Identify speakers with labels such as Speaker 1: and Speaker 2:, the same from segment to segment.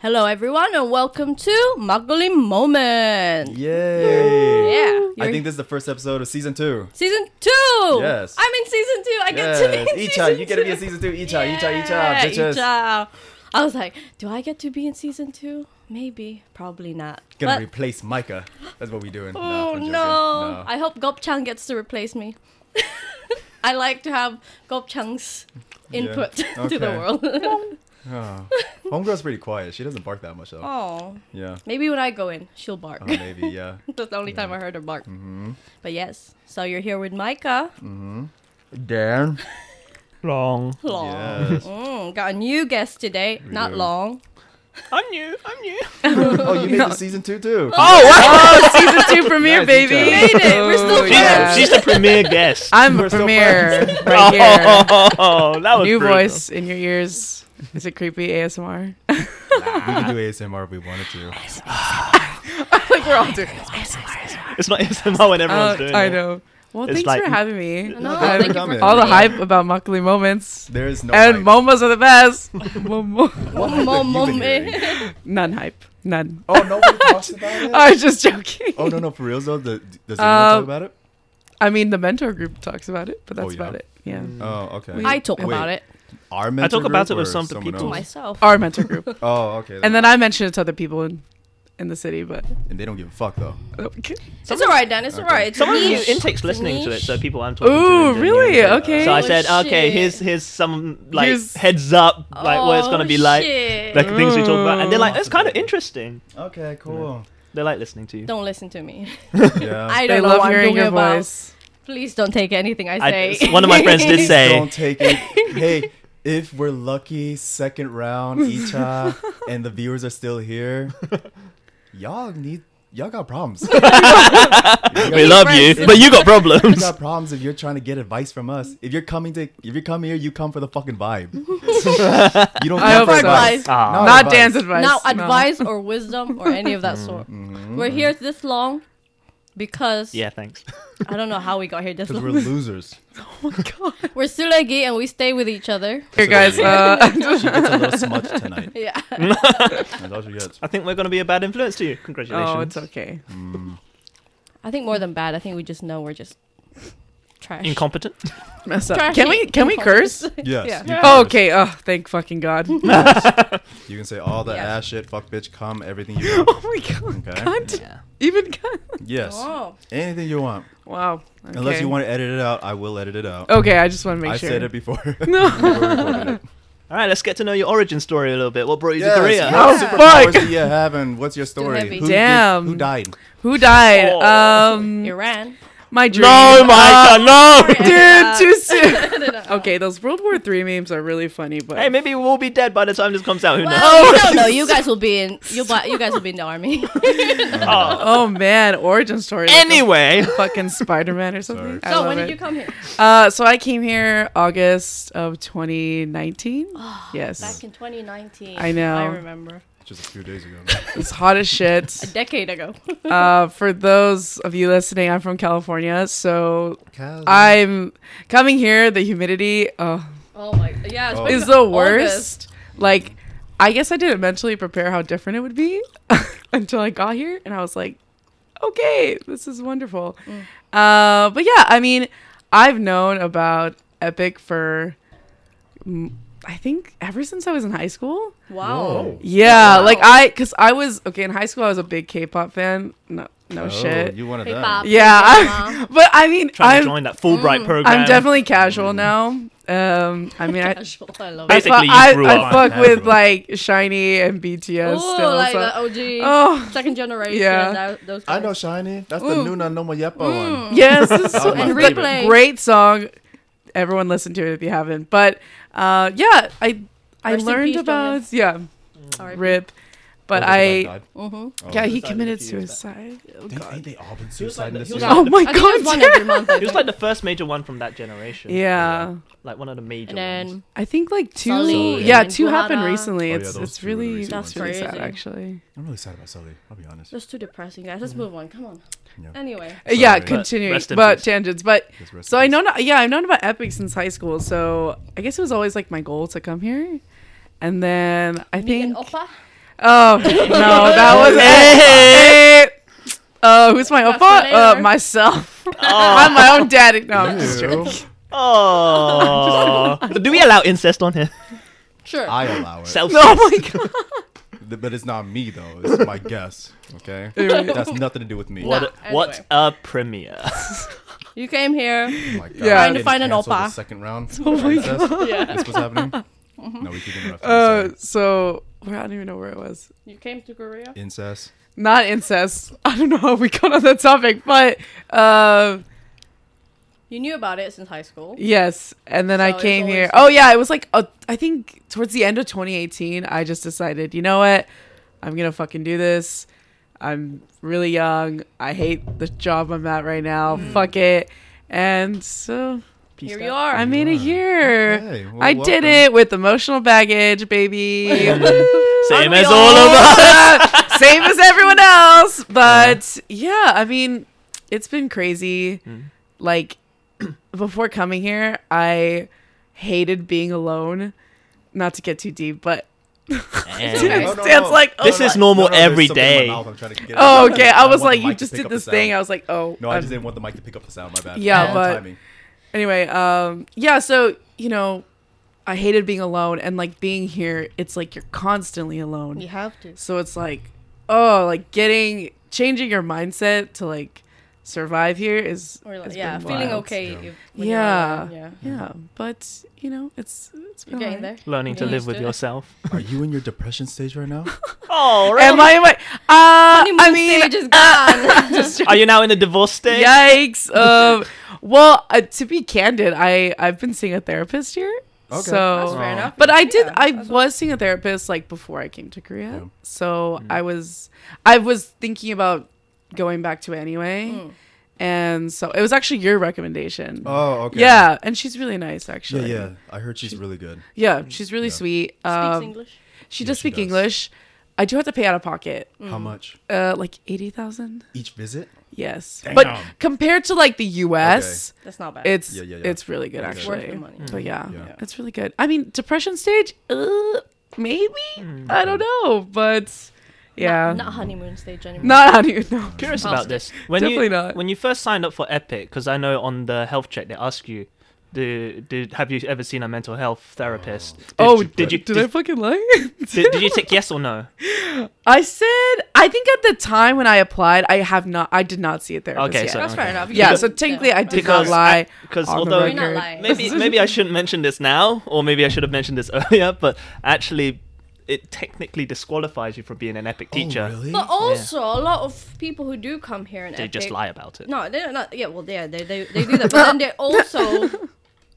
Speaker 1: Hello, everyone, and welcome to Muggling Moment.
Speaker 2: Yay!
Speaker 1: Yeah,
Speaker 2: I
Speaker 1: you're-
Speaker 2: think this is the first episode of season two.
Speaker 1: season two.
Speaker 2: Yes.
Speaker 1: I'm in season two. I get to be in
Speaker 2: Yes.
Speaker 1: season
Speaker 2: Icha, you get to be in season two. Icha, Icha, Icha, bitches.
Speaker 1: Icha. I was like, do I get to be in season two? Maybe, probably not.
Speaker 2: Gonna
Speaker 1: But-
Speaker 2: replace Micah. That's what we doing. No,
Speaker 1: oh
Speaker 2: I'm
Speaker 1: no.
Speaker 2: joking.
Speaker 1: I hope Gopchang gets to replace me. I like to have Gopchang's input to the
Speaker 2: Okay.
Speaker 1: world.
Speaker 2: No. Oh. Homegirl's pretty quiet. She doesn't bark that much though.
Speaker 1: oh,
Speaker 2: Yeah.
Speaker 1: maybe when I go in, she'll bark.
Speaker 2: Oh, maybe, yeah. Mm. Mm-hmm.
Speaker 1: That's the only time I heard her bark. But yes, so you're here with Micah.
Speaker 2: Dan.
Speaker 3: Long.
Speaker 1: Long.
Speaker 2: Yes.
Speaker 1: Mm, got a new guest today.
Speaker 2: We
Speaker 1: Not
Speaker 2: do.
Speaker 1: long.
Speaker 3: I'm new. I'm new.
Speaker 2: Oh, you made it to season two too.
Speaker 4: Oh, wow. season two premiere,
Speaker 2: Nice,
Speaker 4: baby.
Speaker 2: Ethan.
Speaker 1: Made it. We're still
Speaker 4: Oh,
Speaker 1: friends.
Speaker 3: She's,
Speaker 4: yeah.
Speaker 3: she's the premier guest.
Speaker 4: I'm
Speaker 2: We're
Speaker 4: a
Speaker 2: still
Speaker 4: premiere right here.
Speaker 3: oh, that was
Speaker 4: New
Speaker 3: brutal.
Speaker 4: voice in your ears. Is it creepy ASMR?
Speaker 2: We could do ASMR if we wanted to.
Speaker 4: like we're all doing.
Speaker 3: It's not. It's not what everyone's
Speaker 4: Uh,
Speaker 3: doing.
Speaker 4: I
Speaker 3: it.
Speaker 4: know. Well,
Speaker 3: It's
Speaker 4: thanks
Speaker 3: like-
Speaker 4: for having me.
Speaker 1: No,
Speaker 2: Thank
Speaker 4: I'm-
Speaker 2: you for coming.
Speaker 4: all the hype about Muckley moments
Speaker 2: There is no
Speaker 4: and
Speaker 2: hype.
Speaker 4: momos are the best. Momo.
Speaker 2: What hype
Speaker 1: Mom-
Speaker 2: have you been
Speaker 1: mom-
Speaker 2: hearing?
Speaker 4: None hype. None.
Speaker 2: Oh, nobody talks about it.
Speaker 4: I was just joking.
Speaker 2: Oh no, no, for reals though. the- Does anyone
Speaker 4: Uh,
Speaker 2: talk about it?
Speaker 4: I mean, the mentor group talks about it, but
Speaker 2: Oh,
Speaker 4: that's
Speaker 2: yeah?
Speaker 4: about it. Yeah.
Speaker 2: Oh, okay.
Speaker 1: I talk
Speaker 2: Wait.
Speaker 1: about it
Speaker 2: Our
Speaker 3: I talk
Speaker 2: mentor
Speaker 3: about
Speaker 2: group
Speaker 3: it with
Speaker 2: or
Speaker 3: some of the
Speaker 2: someone
Speaker 3: people.
Speaker 1: to
Speaker 2: else?
Speaker 1: myself.
Speaker 4: Our mentor group.
Speaker 2: Oh, okay.
Speaker 4: and then I mention it to other people in, in the city, but oh,
Speaker 2: and they don't give a fuck though.
Speaker 1: it's all right, Dan. It's all
Speaker 2: Okay.
Speaker 1: right. It's
Speaker 3: Someone who
Speaker 1: niche.
Speaker 3: intakes
Speaker 1: It's
Speaker 3: listening to it,
Speaker 1: niche.
Speaker 3: so people I'm talking
Speaker 4: Ooh,
Speaker 3: to.
Speaker 4: really?
Speaker 3: enjoy it.
Speaker 4: Okay.
Speaker 3: So I
Speaker 1: Oh,
Speaker 3: said, okay,
Speaker 1: shit.
Speaker 3: here's here's some like
Speaker 4: Here's-
Speaker 3: heads up, like what it's gonna
Speaker 1: Oh,
Speaker 3: be like,
Speaker 1: shit.
Speaker 3: like things we talk about, and they're like,
Speaker 2: Ooh.
Speaker 3: it's kind of interesting.
Speaker 2: Okay, cool.
Speaker 3: They like listening to you.
Speaker 1: Don't listen to me.
Speaker 3: Uh,
Speaker 2: Yeah.
Speaker 1: I
Speaker 4: They
Speaker 1: don't know
Speaker 4: love
Speaker 1: what I'm
Speaker 4: hearing
Speaker 1: doing
Speaker 4: your
Speaker 1: about.
Speaker 4: voice.
Speaker 1: Please don't take anything I
Speaker 3: I-
Speaker 1: say.
Speaker 3: one of my friends did say-
Speaker 2: Don't take it. hey, if we're lucky, second round, Icha, and the viewers are still here, y'all need y'all got problems. you got,
Speaker 3: We love you,
Speaker 1: friends.
Speaker 3: but you got
Speaker 2: you
Speaker 3: problems.
Speaker 2: got problems if you're trying to get advice from us. If you're coming to if you come here, you come for the fucking vibe. you don't
Speaker 4: I
Speaker 2: come
Speaker 4: hope
Speaker 2: for
Speaker 4: so.
Speaker 2: advice.
Speaker 1: Advice.
Speaker 3: Ah.
Speaker 2: Not
Speaker 4: Not
Speaker 2: advice.
Speaker 4: Dan's advice.
Speaker 1: Not advice or wisdom or any of
Speaker 3: Mm.
Speaker 1: that sort.
Speaker 2: Mm-hmm.
Speaker 1: We're here this long because
Speaker 3: Yeah, thanks.
Speaker 1: I don't know how we got here this
Speaker 2: Because we're
Speaker 1: long.
Speaker 2: losers.
Speaker 4: Oh
Speaker 1: We're Sulegi and we stay with each other.
Speaker 4: Here, guys. Uh,
Speaker 2: She gets a little smudge tonight.
Speaker 1: Yeah.
Speaker 2: That's all she gets.
Speaker 3: I think we're gonna be a bad influence to you. Congratulations.
Speaker 4: oh, it's okay.
Speaker 1: I think more than bad. I think we just know we're just trash.
Speaker 3: Incompetent.
Speaker 4: Mess up.
Speaker 1: Trashy
Speaker 4: Can we? Can we curse?
Speaker 2: Yes.
Speaker 1: Yeah.
Speaker 2: you can
Speaker 4: Oh,
Speaker 2: curse.
Speaker 4: okay. Oh, thank fucking god. oh
Speaker 2: You can say all the
Speaker 1: Yeah.
Speaker 2: ass shit, fuck bitch, cum, everything you want.
Speaker 4: my god.
Speaker 2: Okay.
Speaker 4: Cunt.
Speaker 3: Yeah.
Speaker 4: Even cunt.
Speaker 2: Yes.
Speaker 1: Oh.
Speaker 2: Anything you want.
Speaker 4: Wow. Okay.
Speaker 2: Unless you want to edit it out, I will edit it out.
Speaker 4: Okay, I just want to make
Speaker 2: I
Speaker 4: sure.
Speaker 2: said it before. No.
Speaker 3: All right, let's get to know your origin story a little bit. What brought you
Speaker 2: yes.
Speaker 3: to Korea?
Speaker 2: What
Speaker 4: Yeah.
Speaker 2: superpowers
Speaker 4: Oh, Fuck.
Speaker 2: do you have and what's your story?
Speaker 1: heavy.
Speaker 2: did-
Speaker 4: Damn.
Speaker 2: who died?
Speaker 4: Who died?
Speaker 3: Oh.
Speaker 4: Um,
Speaker 1: Iran.
Speaker 4: my dream. Oh,
Speaker 3: No, my God, no.
Speaker 4: Dude,
Speaker 1: Yeah.
Speaker 4: too soon. okay, those World War Three memes are really funny, but
Speaker 3: Hey, maybe we'll be dead by the time this comes out. Who knows?
Speaker 1: Well, you don't know. You guys will be in. You, bu- you guys will be in the army.
Speaker 3: Oh.
Speaker 4: oh man, origin story. like a
Speaker 3: Anyway,
Speaker 4: fucking Spider Man or
Speaker 2: Sorry.
Speaker 4: something. I
Speaker 1: so
Speaker 4: love
Speaker 1: when
Speaker 4: it.
Speaker 1: did you come here?
Speaker 4: Uh, so I came here August of 2019. yes,
Speaker 1: Back in 2019.
Speaker 4: I know.
Speaker 1: I remember.
Speaker 2: Just a few days ago.
Speaker 4: it's hot as shit.
Speaker 1: Decade ago.
Speaker 4: Uh, for those of you listening, I'm from California, so
Speaker 1: Mm-hmm.
Speaker 4: I'm coming here. The humidity uh,
Speaker 1: Oh my. Yeah. It's
Speaker 2: Oh.
Speaker 1: back
Speaker 4: is
Speaker 1: in
Speaker 4: the
Speaker 1: August.
Speaker 4: worst. Like, I guess I didn't mentally prepare how different it would be until I got here, and I was like, okay, this is wonderful.
Speaker 1: Mm.
Speaker 4: Uh, but yeah, I mean, I've known about Epic for, mm, I think, ever since I was in high school.
Speaker 2: Oh.
Speaker 1: Wow.
Speaker 4: Yeah,
Speaker 1: Wow.
Speaker 4: like I, cause I was okay in high school. I was a big K-pop fan. No, no
Speaker 2: Oh,
Speaker 4: shit.
Speaker 2: You wanted
Speaker 1: Hey,
Speaker 2: that.
Speaker 1: Bob.
Speaker 4: yeah,
Speaker 1: Yeah.
Speaker 4: I- but I mean,
Speaker 3: trying to
Speaker 4: I'm
Speaker 3: join Mm. that Fulbright
Speaker 1: Mm.
Speaker 3: program.
Speaker 4: I'm definitely casual now. Um, I mean, I.
Speaker 1: Casual. I love
Speaker 4: I,
Speaker 1: it.
Speaker 4: fu-
Speaker 3: Basically, you
Speaker 4: I,
Speaker 3: grew
Speaker 4: I
Speaker 3: up
Speaker 4: fuck with
Speaker 2: casual.
Speaker 4: like Shiny and BTS
Speaker 1: Ooh,
Speaker 4: still.
Speaker 1: like
Speaker 4: so-
Speaker 1: the OG.
Speaker 4: Oh.
Speaker 1: Second generation.
Speaker 4: Yeah.
Speaker 1: That, those
Speaker 2: I
Speaker 1: guys.
Speaker 2: know Shiny. That's the Nuna no More Yepa
Speaker 4: Mm.
Speaker 2: one.
Speaker 4: Yes, this is
Speaker 2: That was my
Speaker 1: And
Speaker 2: favorite.
Speaker 1: Replay.
Speaker 4: great song. Everyone listen to it if you haven't. But uh, yeah, I I
Speaker 1: Rest in
Speaker 4: learned
Speaker 1: peace,
Speaker 4: about yeah
Speaker 1: Sorry.
Speaker 4: Rip, but
Speaker 2: Oh, they
Speaker 4: I
Speaker 2: died.
Speaker 1: Mhm.
Speaker 2: Oh.
Speaker 4: yeah he
Speaker 3: Suicide
Speaker 4: committed
Speaker 3: a few years back.
Speaker 4: suicide.
Speaker 2: Didn't ain't they all been suiciding this
Speaker 3: he was
Speaker 2: year?
Speaker 3: like-
Speaker 4: Oh my
Speaker 1: I think there's
Speaker 4: god.
Speaker 1: one every month. I
Speaker 3: He was
Speaker 1: think.
Speaker 3: like the first major one from that generation.
Speaker 4: Yeah,
Speaker 3: Like one of the major
Speaker 1: And then
Speaker 3: ones.
Speaker 4: I think like two.
Speaker 1: Sully
Speaker 4: yeah,
Speaker 1: and
Speaker 4: two happened
Speaker 1: Guevara.
Speaker 4: recently.
Speaker 2: Oh, yeah,
Speaker 4: it's
Speaker 2: those
Speaker 4: it's
Speaker 2: two were the
Speaker 4: really
Speaker 2: recent
Speaker 1: That's
Speaker 4: it's really
Speaker 1: ones.
Speaker 4: sad
Speaker 1: crazy.
Speaker 4: actually.
Speaker 2: I'm really sad about Sully. I'll be honest.
Speaker 1: That's too depressing, guys. Let's move on. Come on.
Speaker 2: Yeah.
Speaker 1: Anyway.
Speaker 4: Uh, yeah,
Speaker 2: Sorry. But
Speaker 4: continuing
Speaker 3: rest in
Speaker 4: about
Speaker 3: peace.
Speaker 4: tangents, but
Speaker 2: Just rest
Speaker 4: so
Speaker 2: in
Speaker 4: I
Speaker 2: peace.
Speaker 4: know. Yeah, I've known about Epic since high school. So I guess it was always like my goal to come here, and then I
Speaker 1: Me and
Speaker 4: think
Speaker 1: Oppa.
Speaker 4: Oh no, that was
Speaker 3: Hey!
Speaker 4: it. Uh, who's my
Speaker 1: That's
Speaker 4: oppa? Uh,
Speaker 1: later.
Speaker 4: myself. I'm my own daddy. No, I'm just
Speaker 2: Ew.
Speaker 4: joking.
Speaker 3: Oh. Do we allow incest on here?
Speaker 1: Sure.
Speaker 3: Ah.
Speaker 2: I allow it.
Speaker 3: Self.
Speaker 4: Oh my god.
Speaker 2: Th- but it's not me though. It's my guess. Okay,
Speaker 4: Anyway.
Speaker 2: that's nothing to do with me.
Speaker 3: What,
Speaker 1: Nah, anyway.
Speaker 3: What's a premiere?
Speaker 1: you came here.
Speaker 2: Oh my God.
Speaker 4: Trying
Speaker 1: to
Speaker 2: Getting
Speaker 1: find an
Speaker 2: canceled
Speaker 1: oppa.
Speaker 2: the Second round. Oh my God.
Speaker 1: Yeah.
Speaker 2: That's what's happening. No, we keep interrupting.
Speaker 4: Uh,
Speaker 2: sorry.
Speaker 4: so where I don't even know where it was.
Speaker 1: You came to Korea.
Speaker 2: Incest.
Speaker 4: Not incest. I don't know how we got on that topic, but uh,
Speaker 1: You knew about it since high school.
Speaker 4: yes. And then I
Speaker 1: So it's
Speaker 4: came here.
Speaker 1: always-
Speaker 4: Oh yeah, it was like uh, I think towards the end of 2018, I just decided, you know what, I'm gonna fucking do this. I'm really young. I hate the job I'm at right now. Fuck it. And so
Speaker 1: Hmm. Here you are.
Speaker 4: I made it
Speaker 2: are.
Speaker 4: here.
Speaker 2: Okay, well,
Speaker 4: I did
Speaker 2: welcome.
Speaker 4: it with emotional baggage, baby.
Speaker 3: Same
Speaker 1: we
Speaker 3: as all,
Speaker 1: all?
Speaker 3: of us.
Speaker 4: Same as everyone else. But yeah, I mean, it's been crazy.
Speaker 3: Mm.
Speaker 4: Like, before coming here, I hated being alone. Not to get too deep, but
Speaker 3: Eh.
Speaker 1: okay.
Speaker 4: it's
Speaker 2: No, no, no.
Speaker 4: like, oh,
Speaker 3: This
Speaker 4: my-
Speaker 3: is normal
Speaker 2: there's
Speaker 3: every
Speaker 2: something in my
Speaker 3: day.
Speaker 2: mouth I'm trying to get it
Speaker 4: Oh,
Speaker 2: out.
Speaker 4: okay.
Speaker 2: I
Speaker 4: I
Speaker 2: want
Speaker 4: was
Speaker 2: the
Speaker 4: like, you
Speaker 2: mic to
Speaker 4: just
Speaker 2: pick
Speaker 4: did
Speaker 2: up the
Speaker 4: this thing.
Speaker 2: sound.
Speaker 4: I was like, oh.
Speaker 2: No, I
Speaker 4: I'm-
Speaker 2: just didn't want the mic to pick up the sound. My bad.
Speaker 4: Yeah,
Speaker 2: Wrong
Speaker 4: but-
Speaker 2: timing.
Speaker 4: anyway um yeah so you know i hated being alone and like being here it's like you're constantly alone
Speaker 1: You have to.
Speaker 4: so it's like oh like getting changing your mindset to like survive here is
Speaker 1: Or like,
Speaker 4: has
Speaker 1: yeah,
Speaker 4: been
Speaker 1: feeling
Speaker 4: wild.
Speaker 1: okay.
Speaker 2: Yeah.
Speaker 1: If, when You're
Speaker 4: Yeah.
Speaker 1: alone, yeah.
Speaker 4: yeah but you know it's it's been
Speaker 1: You're getting there.
Speaker 4: alright.
Speaker 3: Learning to
Speaker 1: You're
Speaker 3: live
Speaker 1: used
Speaker 3: with
Speaker 1: it.
Speaker 3: yourself.
Speaker 2: Are you in your depression stage right now?
Speaker 3: Oh,
Speaker 4: am i am i uh
Speaker 1: Honeymoon
Speaker 4: i mean
Speaker 1: stage is gone.
Speaker 4: just
Speaker 3: Are you now in the divorce stage?
Speaker 4: yikes um well uh, to be candid i i've been seeing a therapist here
Speaker 2: Okay.
Speaker 4: so
Speaker 1: That's fair enough.
Speaker 4: But I did.
Speaker 1: Yeah,
Speaker 4: I
Speaker 1: that's
Speaker 4: was seeing a therapist like before I came to Korea,
Speaker 2: Yeah. Mm.
Speaker 4: so I was, I was thinking about going back to it anyway,
Speaker 1: Mm.
Speaker 4: and so it was actually your recommendation.
Speaker 2: Oh, okay.
Speaker 4: Yeah, and she's really nice,
Speaker 2: Yeah,
Speaker 4: actually.
Speaker 2: yeah. I heard she's really good.
Speaker 4: Yeah, she's really
Speaker 2: Yeah.
Speaker 4: sweet.
Speaker 1: Speaks
Speaker 4: Um,
Speaker 1: English.
Speaker 4: She
Speaker 2: Yeah,
Speaker 4: does
Speaker 2: she
Speaker 4: speak
Speaker 2: does.
Speaker 4: English. I do have to pay out of pocket,
Speaker 2: How much
Speaker 4: uh, like eighty thousand.
Speaker 2: each visit?
Speaker 4: Yes, but
Speaker 2: Damn.
Speaker 4: compared to like the U.S.,
Speaker 1: That's not bad.
Speaker 4: it's
Speaker 2: Yeah, yeah, yeah.
Speaker 4: it's really good
Speaker 2: It's
Speaker 4: actually.
Speaker 1: worth the
Speaker 3: Hmm.
Speaker 1: money.
Speaker 3: Mm.
Speaker 4: But yeah,
Speaker 2: Yeah.
Speaker 4: it's really good. I mean, depression stage, uh, maybe
Speaker 3: Hmm.
Speaker 4: I don't know, but yeah,
Speaker 1: Not honeymoon stage anymore.
Speaker 4: not how do you know?
Speaker 3: Curious
Speaker 1: Past
Speaker 3: about
Speaker 1: it.
Speaker 3: this. When
Speaker 4: Definitely
Speaker 3: you,
Speaker 4: not.
Speaker 3: When you first signed up for Epic, because I know on the health check they ask you, do, do, have you ever seen a mental health therapist? Did
Speaker 4: oh,
Speaker 3: you- did you
Speaker 4: did, I
Speaker 3: did,
Speaker 4: fucking lie?
Speaker 3: did, did you tick yes or no?
Speaker 4: I said I think at the time when I applied, I have not, I did not see a therapist
Speaker 3: Okay,
Speaker 4: yet.
Speaker 3: so-
Speaker 1: That's fair enough.
Speaker 4: yeah,
Speaker 1: You
Speaker 4: so
Speaker 1: can-
Speaker 4: technically
Speaker 1: yeah.
Speaker 4: I did
Speaker 3: Because
Speaker 4: not lie.
Speaker 3: Because
Speaker 4: on the
Speaker 3: although
Speaker 1: You're not lying.
Speaker 3: maybe maybe I shouldn't mention this now, or maybe I should have mentioned this earlier, but actually, it technically disqualifies you from being an Epic teacher.
Speaker 2: Oh, really?
Speaker 1: But also, a lot of people who do come here and
Speaker 3: They just lie about it.
Speaker 1: No, they're not. Yeah, well, yeah, they they, they do that, but then they also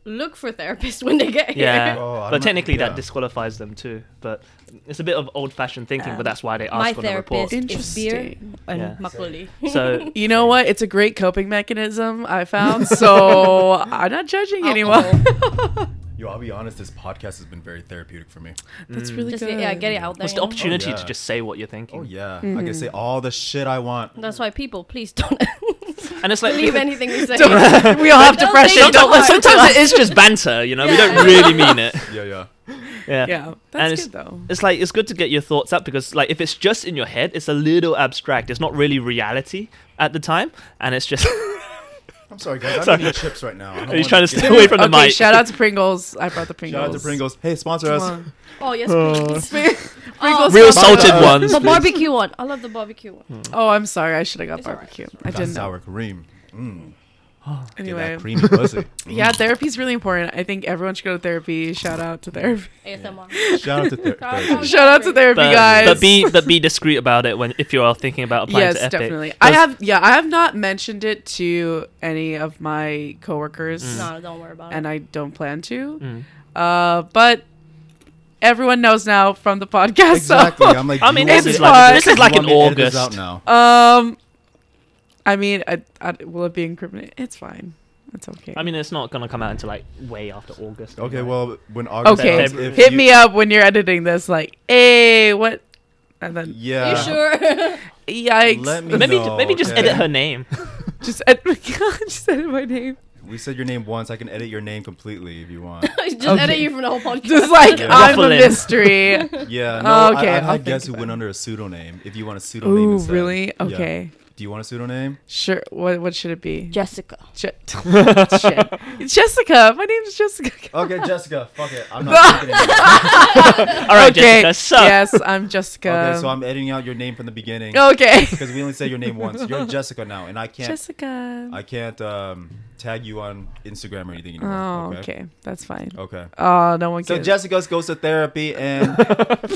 Speaker 1: look for therapists when they get here.
Speaker 3: Yeah,
Speaker 2: Oh, I
Speaker 3: but
Speaker 2: don't-
Speaker 3: technically that
Speaker 2: yeah.
Speaker 3: disqualifies them too. But it's a bit of old-fashioned thinking,
Speaker 2: Um,
Speaker 3: but that's why they
Speaker 1: My
Speaker 3: ask on the report.
Speaker 1: therapist is beer
Speaker 4: Interesting.
Speaker 1: and
Speaker 3: Yeah.
Speaker 1: makgeolli.
Speaker 3: So
Speaker 4: You know what? It's a great coping mechanism I found, so I'm not judging anyone.
Speaker 1: Alcohol.
Speaker 3: Hmm.
Speaker 2: Yo, I'll be honest. This podcast has been very therapeutic for me.
Speaker 4: That's really
Speaker 1: Just
Speaker 4: good.
Speaker 1: get, yeah, get it out there.
Speaker 3: it's the
Speaker 1: you know?
Speaker 3: opportunity
Speaker 2: Oh, yeah.
Speaker 3: to just say what you're thinking.
Speaker 2: Oh yeah,
Speaker 4: Mm-hmm.
Speaker 2: I can say all the shit I want.
Speaker 1: That's why people, please don't
Speaker 3: And it's like
Speaker 1: believe
Speaker 3: because-
Speaker 1: anything we say.
Speaker 4: we all have
Speaker 1: Don't
Speaker 4: depression.
Speaker 1: take
Speaker 4: Don't
Speaker 1: it
Speaker 4: listen.
Speaker 1: hard.
Speaker 3: Sometimes it is just banter, you know. We
Speaker 1: Yeah.
Speaker 3: don't really mean it.
Speaker 2: Yeah, yeah.
Speaker 3: Yeah.
Speaker 4: Yeah,
Speaker 3: and
Speaker 4: that's
Speaker 3: it's,
Speaker 4: good though.
Speaker 3: It's like it's good to get your thoughts up because like if it's just in your head, it's a little abstract. It's not really reality at the time, and it's just.
Speaker 2: I'm sorry, guys.
Speaker 3: Sorry.
Speaker 2: I'm eating chips right now. I don't
Speaker 3: Are you
Speaker 2: wanna
Speaker 3: trying to
Speaker 2: get-
Speaker 3: stay away from the
Speaker 4: okay,
Speaker 3: mic?
Speaker 4: shout out to Pringles. I brought the Pringles.
Speaker 2: Shout out to Pringles. Hey, sponsor
Speaker 4: Come
Speaker 2: us.
Speaker 4: on.
Speaker 1: oh yes, please.
Speaker 4: Pringles
Speaker 1: Oh,
Speaker 3: Real
Speaker 4: sponsor
Speaker 3: salted
Speaker 4: us.
Speaker 3: ones.
Speaker 1: the
Speaker 3: please. Hmm.
Speaker 1: barbecue one. I love the barbecue one.
Speaker 4: Oh, I'm sorry. I should have got
Speaker 1: It's alright,
Speaker 4: barbecue. I
Speaker 2: That
Speaker 4: didn't know.
Speaker 2: sour cream. Mm, get
Speaker 4: Anyway,
Speaker 2: that creamy pussy. Mm.
Speaker 4: yeah, therapy's really important. I think everyone should go to therapy. Shout out to therapy.
Speaker 1: ASMR.
Speaker 2: Shout out to ther-
Speaker 1: Sorry.
Speaker 2: therapy.
Speaker 4: Shout out to therapy,
Speaker 3: But,
Speaker 4: guys.
Speaker 3: but be but be discreet about it when if you are thinking about applying
Speaker 4: yes,
Speaker 3: to Epic.
Speaker 4: definitely.
Speaker 3: 'Cause
Speaker 4: I have yeah, I have not mentioned it to any of my coworkers,
Speaker 3: Mm.
Speaker 1: No, don't worry about it.
Speaker 4: and I don't plan to. Uh, but everyone knows now from the podcast.
Speaker 2: Exactly.
Speaker 4: So,
Speaker 2: I'm like.
Speaker 3: I mean,
Speaker 2: you want
Speaker 4: this is
Speaker 2: me-
Speaker 4: like-
Speaker 2: you
Speaker 4: this is
Speaker 3: like
Speaker 2: want
Speaker 3: in
Speaker 2: me to edit this
Speaker 3: August.
Speaker 2: out now.
Speaker 4: um, I mean, I, I, will it be incriminating? It's fine. It's okay.
Speaker 3: I mean, it's not gonna come out until like way after August.
Speaker 2: Okay,
Speaker 3: anyway.
Speaker 2: well, when August.
Speaker 4: okay,
Speaker 2: comes, if
Speaker 4: hit
Speaker 2: you-
Speaker 4: me up when you're editing this. Like, hey, what? And then
Speaker 2: Yeah.
Speaker 1: you sure?
Speaker 4: Yikes.
Speaker 2: Let me-
Speaker 3: maybe
Speaker 2: No,
Speaker 3: maybe just
Speaker 2: okay.
Speaker 3: edit her name.
Speaker 4: Just, ed- just edit my name.
Speaker 2: We said your name once. I can edit your name completely if you want.
Speaker 1: Just
Speaker 4: Okay.
Speaker 1: edit you from the whole podcast.
Speaker 4: Just like uh,
Speaker 2: Yeah.
Speaker 4: I'm a
Speaker 3: Ruffling.
Speaker 4: mystery.
Speaker 2: Yeah. No,
Speaker 4: Okay,
Speaker 2: I, I've
Speaker 4: I'll
Speaker 2: had
Speaker 4: think
Speaker 2: guests who
Speaker 4: about
Speaker 2: went
Speaker 4: it.
Speaker 2: under a pseudonym. If you want a pseudonym,
Speaker 4: Ooh,
Speaker 2: instead.
Speaker 4: really?
Speaker 2: Yeah.
Speaker 4: Okay.
Speaker 2: Do you want a pseudonym?
Speaker 4: Sure. What what should it be?
Speaker 1: Jessica.
Speaker 4: Je- Shit. Jessica. My name's Jessica.
Speaker 2: Okay, Jessica. Fuck it. I'm not taking it.
Speaker 3: All right, Jessica. So
Speaker 4: yes, I'm Jessica.
Speaker 2: Okay, so I'm editing out your name from the beginning
Speaker 4: okay.
Speaker 2: because we only say your name once. You're Jessica now, and I can't.
Speaker 4: Jessica.
Speaker 2: I can't um, tag you on Instagram or anything anymore.
Speaker 4: oh, okay. That's fine.
Speaker 2: Okay.
Speaker 4: Oh, no one
Speaker 2: So
Speaker 4: can.
Speaker 2: Jessica goes to therapy and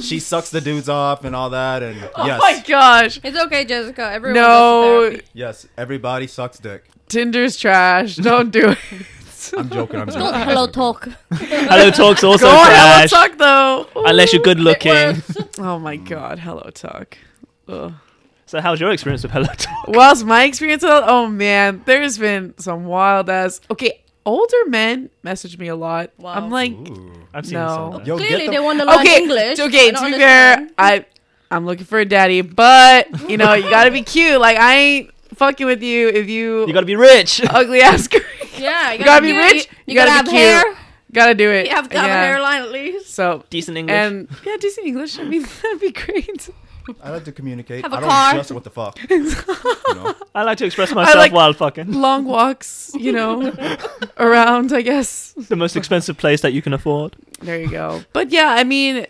Speaker 2: she sucks the dudes off and all that. And
Speaker 4: oh
Speaker 2: yes,
Speaker 4: my gosh.
Speaker 1: It's okay, Jessica. Everyone goes
Speaker 4: No,
Speaker 1: to therapy.
Speaker 2: yes, everybody sucks dick.
Speaker 4: Tinder's trash. Don't do it.
Speaker 2: I'm joking. I'm joking.
Speaker 1: Don't
Speaker 2: I'm
Speaker 1: hello
Speaker 2: joking.
Speaker 1: talk.
Speaker 3: hello talks also
Speaker 4: Go on Hello
Speaker 3: trash.
Speaker 4: Talk though. Ooh.
Speaker 3: Unless you're good
Speaker 1: It
Speaker 3: looking.
Speaker 1: works.
Speaker 4: Oh my god, Hello Talk. Ugh.
Speaker 3: So how's your experience with hello talk?
Speaker 4: Whilst my experience, with- oh man, there's been some wild ass. Okay, older men message me a lot.
Speaker 1: Wow.
Speaker 4: I'm like,
Speaker 2: Ooh.
Speaker 3: I've seen
Speaker 4: No.
Speaker 3: some. of that.
Speaker 2: Yo,
Speaker 1: Clearly,
Speaker 2: get
Speaker 1: they
Speaker 2: the.
Speaker 1: want to learn
Speaker 4: okay,
Speaker 1: English.
Speaker 4: okay.
Speaker 1: I
Speaker 4: To
Speaker 1: don't
Speaker 4: be fair,
Speaker 1: understand.
Speaker 4: I I'm looking for a daddy, but you know you gotta be cute. Like I ain't fucking with you if you,
Speaker 3: You gotta be rich.
Speaker 4: ugly ass. girl.
Speaker 1: yeah, you
Speaker 4: gotta be
Speaker 1: cute,
Speaker 4: rich,
Speaker 1: You,
Speaker 4: you
Speaker 1: gotta,
Speaker 4: gotta be
Speaker 1: have hair.
Speaker 4: cute. gotta do it.
Speaker 1: You have to have a
Speaker 4: Yeah.
Speaker 1: hairline at least.
Speaker 4: So
Speaker 3: Decent English.
Speaker 4: and yeah, decent English. I mean, that'd be great.
Speaker 2: I like to communicate.
Speaker 1: Have a
Speaker 2: I don't
Speaker 1: car.
Speaker 2: just what the fuck. you know?
Speaker 3: I like to express myself
Speaker 4: like-
Speaker 3: while fucking.
Speaker 4: Long walks, you know, around. I guess.
Speaker 3: The most expensive place that you can afford.
Speaker 4: There you go. But yeah, I mean,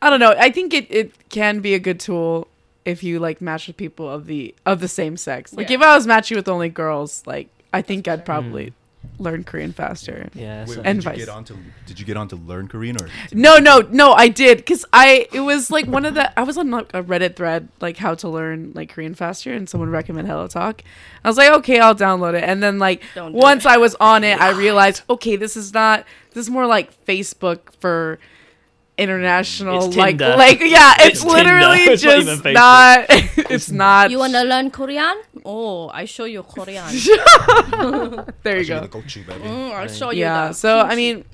Speaker 4: I don't know. I think it it can be a good tool if you like match with people of the of the same sex. Like
Speaker 1: Yeah.
Speaker 4: if I was matching with only girls, like I think I'd probably learn Korean faster.
Speaker 3: Mm. Yeah.
Speaker 2: Wait,
Speaker 3: so-
Speaker 4: And
Speaker 2: did you
Speaker 4: vice.
Speaker 2: get on to Did you get on to learn Korean or?
Speaker 4: No, no, no, I did cuz I it was like one of the I was on like a Reddit thread like how to learn like Korean faster and someone recommended Hello Talk. I was like, "Okay, I'll download it." And then like
Speaker 1: Don't do
Speaker 4: once I was on it, I realized, "Okay, this is not this is more like Facebook for international
Speaker 3: It's
Speaker 4: like
Speaker 3: Tinder.
Speaker 4: like yeah, it's,
Speaker 3: It's
Speaker 4: literally
Speaker 3: Tinder. It's not
Speaker 4: just
Speaker 3: even
Speaker 4: not it's not
Speaker 1: You wanna learn Korean? Oh, I show you Korean.
Speaker 4: There you
Speaker 2: Should be the
Speaker 4: go.
Speaker 2: gochu, baby.
Speaker 1: Mm, I'll show you.
Speaker 4: Yeah.
Speaker 1: that.
Speaker 4: So, I mean,